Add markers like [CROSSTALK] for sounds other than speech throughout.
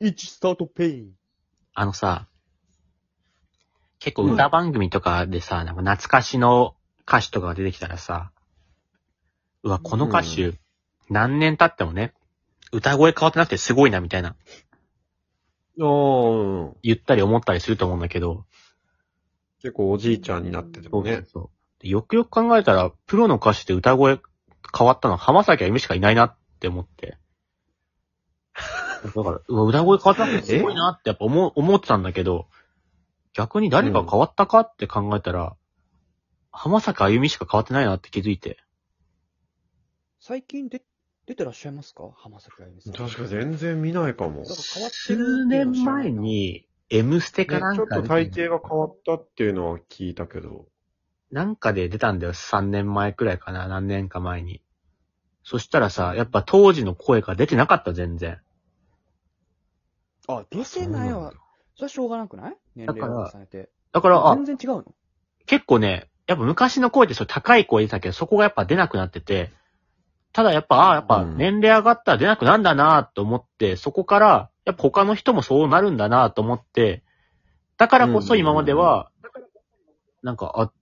1スタートペイン。あのさ、結構歌番組とかでさ、なんか懐かしの歌手とかが出てきたらさ、うわ、この歌手、何年経ってもね、歌声変わってなくてすごいなみたいな、ああ、言ったり思ったりすると思うんだけど、結構おじいちゃんになっててもね。そうでよくよく考えたら、プロの歌手で歌声変わったのは浜崎あゆみしかいないなって思って。だから、うわ、歌声変わったのすごいなってやっぱ思う、思ってたんだけど、逆に誰が変わったかって考えたら、浜崎あゆみしか変わってないなって気づいて。最近で出てらっしゃいますか浜崎あゆみさん。確かに全然見ないかも。なんねか変わってる数年前に、M ステちかなんょっかとで、体型が変わったっていうのは聞いたけど。なんかで出たんだよ。3年前くらいかな。何年か前に。そしたらさ、やっぱ当時の声が出てなかった、全然。あ、出てないわ。それはしょうがなくない年齢だかをら重ねて。だから、あ、全然違うの結構ね、やっぱ昔の声ってそう高い声出てたけど、そこがやっぱ出なくなってて、ただやっぱ、ああ、やっぱうん年齢上がったら出なくなんだなと思って、そこから、やっぱ他の人もそうなるんだなと思って、だからこそ今までは、なんか、あ、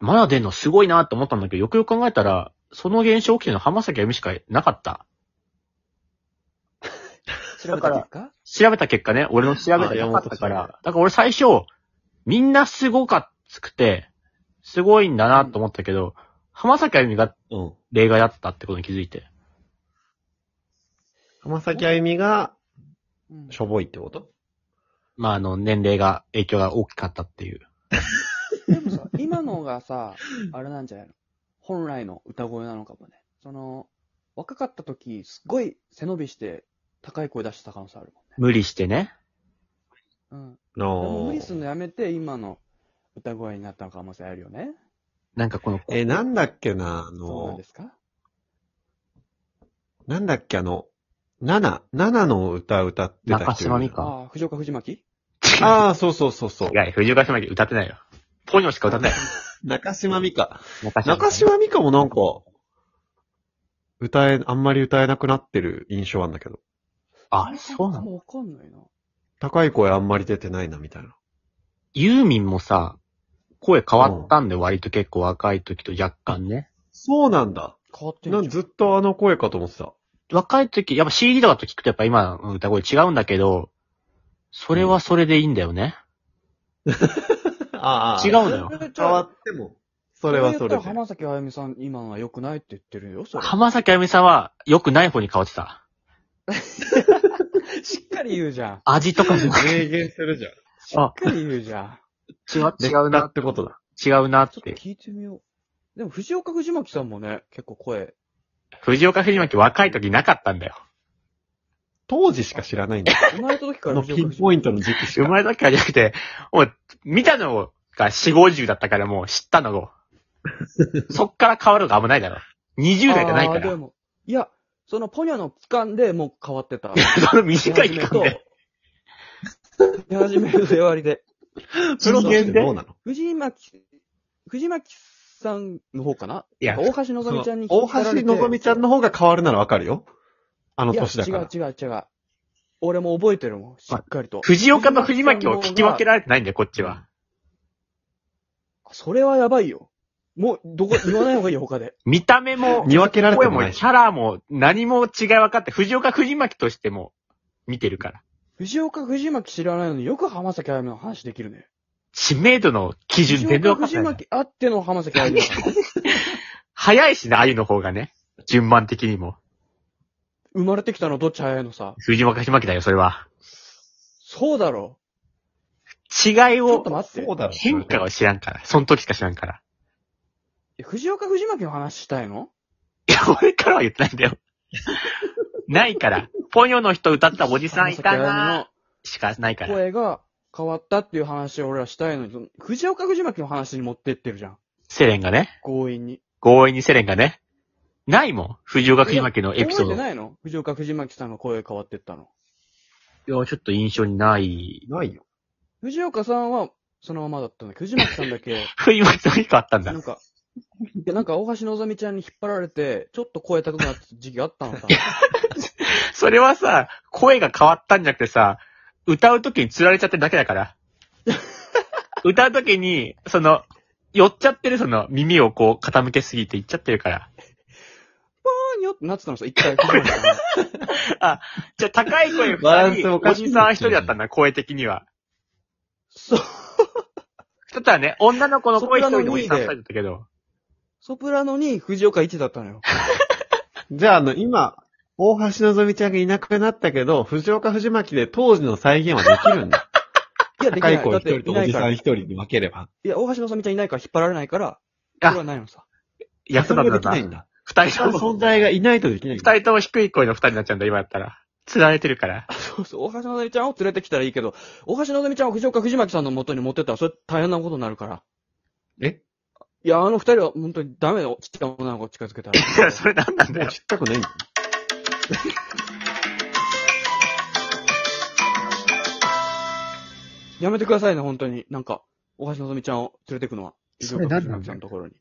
まだ出んのすごいなと思ったんだけど、よくよく考えたら、その現象起きてるのは浜崎あゆみしかなかった。調べた結果調べた結果ね、俺の調べたあ結山本果だっさたかんら、だから俺最初、みんなすごかっくて、すごいんだなと思ったけど、浜崎あゆみがうん。例外だったってことに気づいて。浜崎あゆみが、うんしょぼいってことまあ、あの、年齢が、影響が大きかったっていう。でもさ、今のがさ、あれなんじゃないの本来の歌声なのかもね。その、若かった時、すっごい背伸びして高い声出してた可能性あるも無理してね。んね。あうん。でもあ。無理すんのやめて、今の歌声になったの可能性あるよね。なんかこの、え、なんだっけな、あそうなんので、すかなんだっけ、あの、7、7の歌歌ってた人いる中島美かああ、藤岡藤巻ああ、そうそうそうそう。違う、藤岡島歌ってないよ。ポニョしか歌ってないよ。中島美か。中 [LAUGHS] 中島美かもなんか、歌え、あんまり歌えなくなってる印象あんだけど。あ、そうなのもわかんないな。高い声あんまり出てないな、みたいな。ユーミンもさ、声変わったんで、割と結構若い時と若干ね。そうなんだ。変わってんじゃ。なんんずっとあの声かと思ってた。若い時、やっぱ CD とかと聞くとやっぱ今の歌声違うんだけど、それはそれでいいんだよね。あ違うのよ。変わっても、それはそれ言ったらで。浜崎あゆみさん、今のは良くないって言ってるよ、それ。浜崎あゆみさんは良くない方に変わってた。しっかり言うじゃん。味とかも明言するじゃん。 [LAUGHS] あ、しっかり言うじゃん。違う、違うだなっ、てことだ。違うなっちょってと。聞いてみよう。でも、藤岡藤巻さんもね、結構声。藤岡藤巻若い時なかったんだよ。当時しか知らないんだよ。生まれた時かあらの藤ピ岡ン藤ポイン巻。トの時期し生か。まれた時からじゃなくて、もう、見たのが4、50だったからもう知ったのを。そっから変わるのがあんまないだろ。20代じゃないかあーでら。も、いや、そのポニョの期間でもう変わっ [LAUGHS] てた。その短い期間で。出始める出割りで。プロとしてどうなの藤巻、藤巻さんの方かないや大橋のぞみちゃんに引大っ張られ橋てのぞみちゃんの方が変わるならわかるよ。あのいや、年だか違うら。違う違う。俺も覚えてるもん、しっかりと。藤岡と藤巻を聞き分けられてないんだよ、こっちは。それはやばいよ。もう、どこ、言わない方がいいよ、他で。 [LAUGHS] 見た目も、見分けられて声ももないキ。ャラも何も違い分かって、藤岡藤巻としても見てるから。藤岡藤巻知らないのによく浜崎あゆみの話できるね。知名度の基準全然分藤岡かって藤ない。巻あっての浜崎あゆみ [LAUGHS] だから。早いしね、あゆの方がね。順番的にも。生まれてきたのどっち早いのさ。藤岡藤巻だよ、それは。そうだろ。違いうちょをっと、待って。だろ変化を知らんから。その時しか知らんから。え藤岡藤巻の話したいのいや、俺からは言ってないんだよ。ないから。ポニョの人歌ったおじさんいたなしかないか浜崎あら。ゆみの声が変わったっていう話を俺らしたいのに、藤岡藤巻の話に持ってってるじゃん。セレンがね。強引に。強引にセレンがね。ないもん。藤岡藤巻のエピソード。覚えていないの藤岡藤巻さんの声変わってったの。や、ちょっと印象にない。ないよ。藤岡さんはそのままだったんだけど、藤巻さんだけ、藤巻の人あったんだな。んか、いやなんか大橋のぞみちゃんに引っ張られて、ちょっと声高くなった時期があったのさ。 [LAUGHS] それはさ、声が変わったんじゃなくてさ、歌うときに釣られちゃってるだけだから。歌うときに、その、寄っちゃってるその耳をこう傾けすぎていっちゃってるから。ーにょってなってたのさ、一回聞いたら。じゃあ高い声バラ二ンス人、おおかしいじさん一人だったんだ、声的には。そう。だったらね、女の子の声一人でおじさん二人そこだらのったけど。ソプラノに藤岡一だったのよ。じゃあ、あの、今、大橋のぞみちゃんがいなくなったけど、藤岡藤巻で当時の再現はできるんだ。いや、でき高ないい。声だっ一て人いとおないじかさら。んい一人に分ければ。や、大橋のさみちゃんいないから引っ張られないから、あそれはないのさ。安そ田れもだできなない。んだ。二そ人のとも、存在がいないとできないんだ。二人とも低い声の二人になっちゃうんだ、今だったら。釣られてるから。そうそう、大橋のぞみちゃんを連れてきたらいいけど、大橋のぞみちゃんを藤岡藤巻さんの元に持ってったら、それ大変なことになるから。えいや、あの二人は本当にダメだよ。ちっちゃい女の子近づけたら。いや、それなんなんだもうよ。ちっちゃくないんだ。やめてくださいね、本当に。なんか、大橋のぞみちゃんを連れてくのは。それ何なんだよ藤岡藤巻さんのところに。